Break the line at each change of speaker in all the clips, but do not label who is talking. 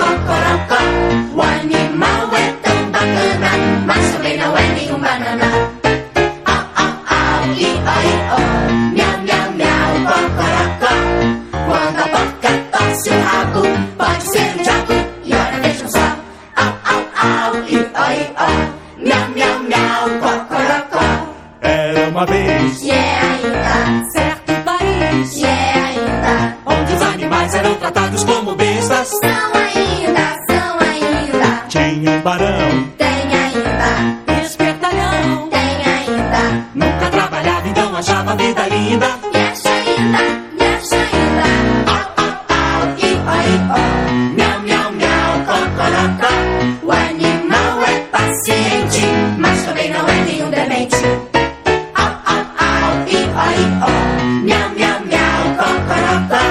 um,
uma vez.
E é ainda
Certo país,
E é ainda
onde os animais eram tratados como bestas.
São ainda, são ainda
Tinha um barão,
Tem ainda,
espertalhão.
tem ainda
Nunca trabalhava, então achava a vida linda.
E acha ainda, e acha ainda Au, au, au, ió, ió Miau, miau, miau, cocorocó O animal é paciente Mas também não é nenhum demente Au, au, au, ió, ió Miau, miau, miau, cocorocó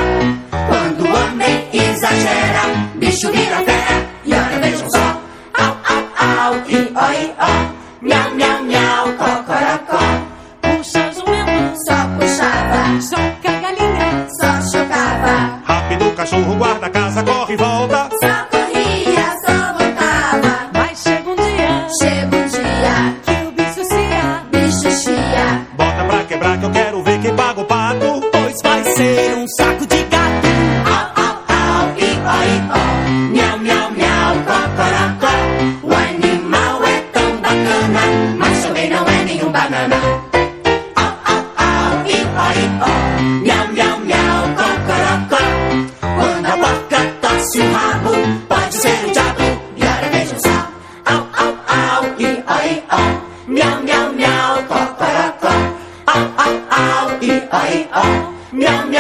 Quando o homem exagera Bicho vira fera E olha, vejam só Au, au, au, ió, ió Miau, miau, miau, cocorocó
Puxa os momentos,
Só puxava
só que a galinha
só chocava,
Rápido o cachorro guarda a casa, corre e volta.
só corria, só voltava.
Mas chega um dia
Chega um dia,
que o bicho se há.
bicho chia,
Bota pra quebrar que eu quero ver quem paga o pato. Pois vai ser um saco de gato.
au, au, au, ió, ió, miau, miau, miau, cocorocó. O animal é tão bacana, mas também não é nenhum banana. Au, au, au, ió, ió, miau, miau, miau, cocorocó. Quando a vaca torce o rabo, pode ser o diabo. E olha, vejam só. Au, au, au, ió, ió, miau, miau, miau, cocorocó. Au, au, au, ió, ió, miau, miau,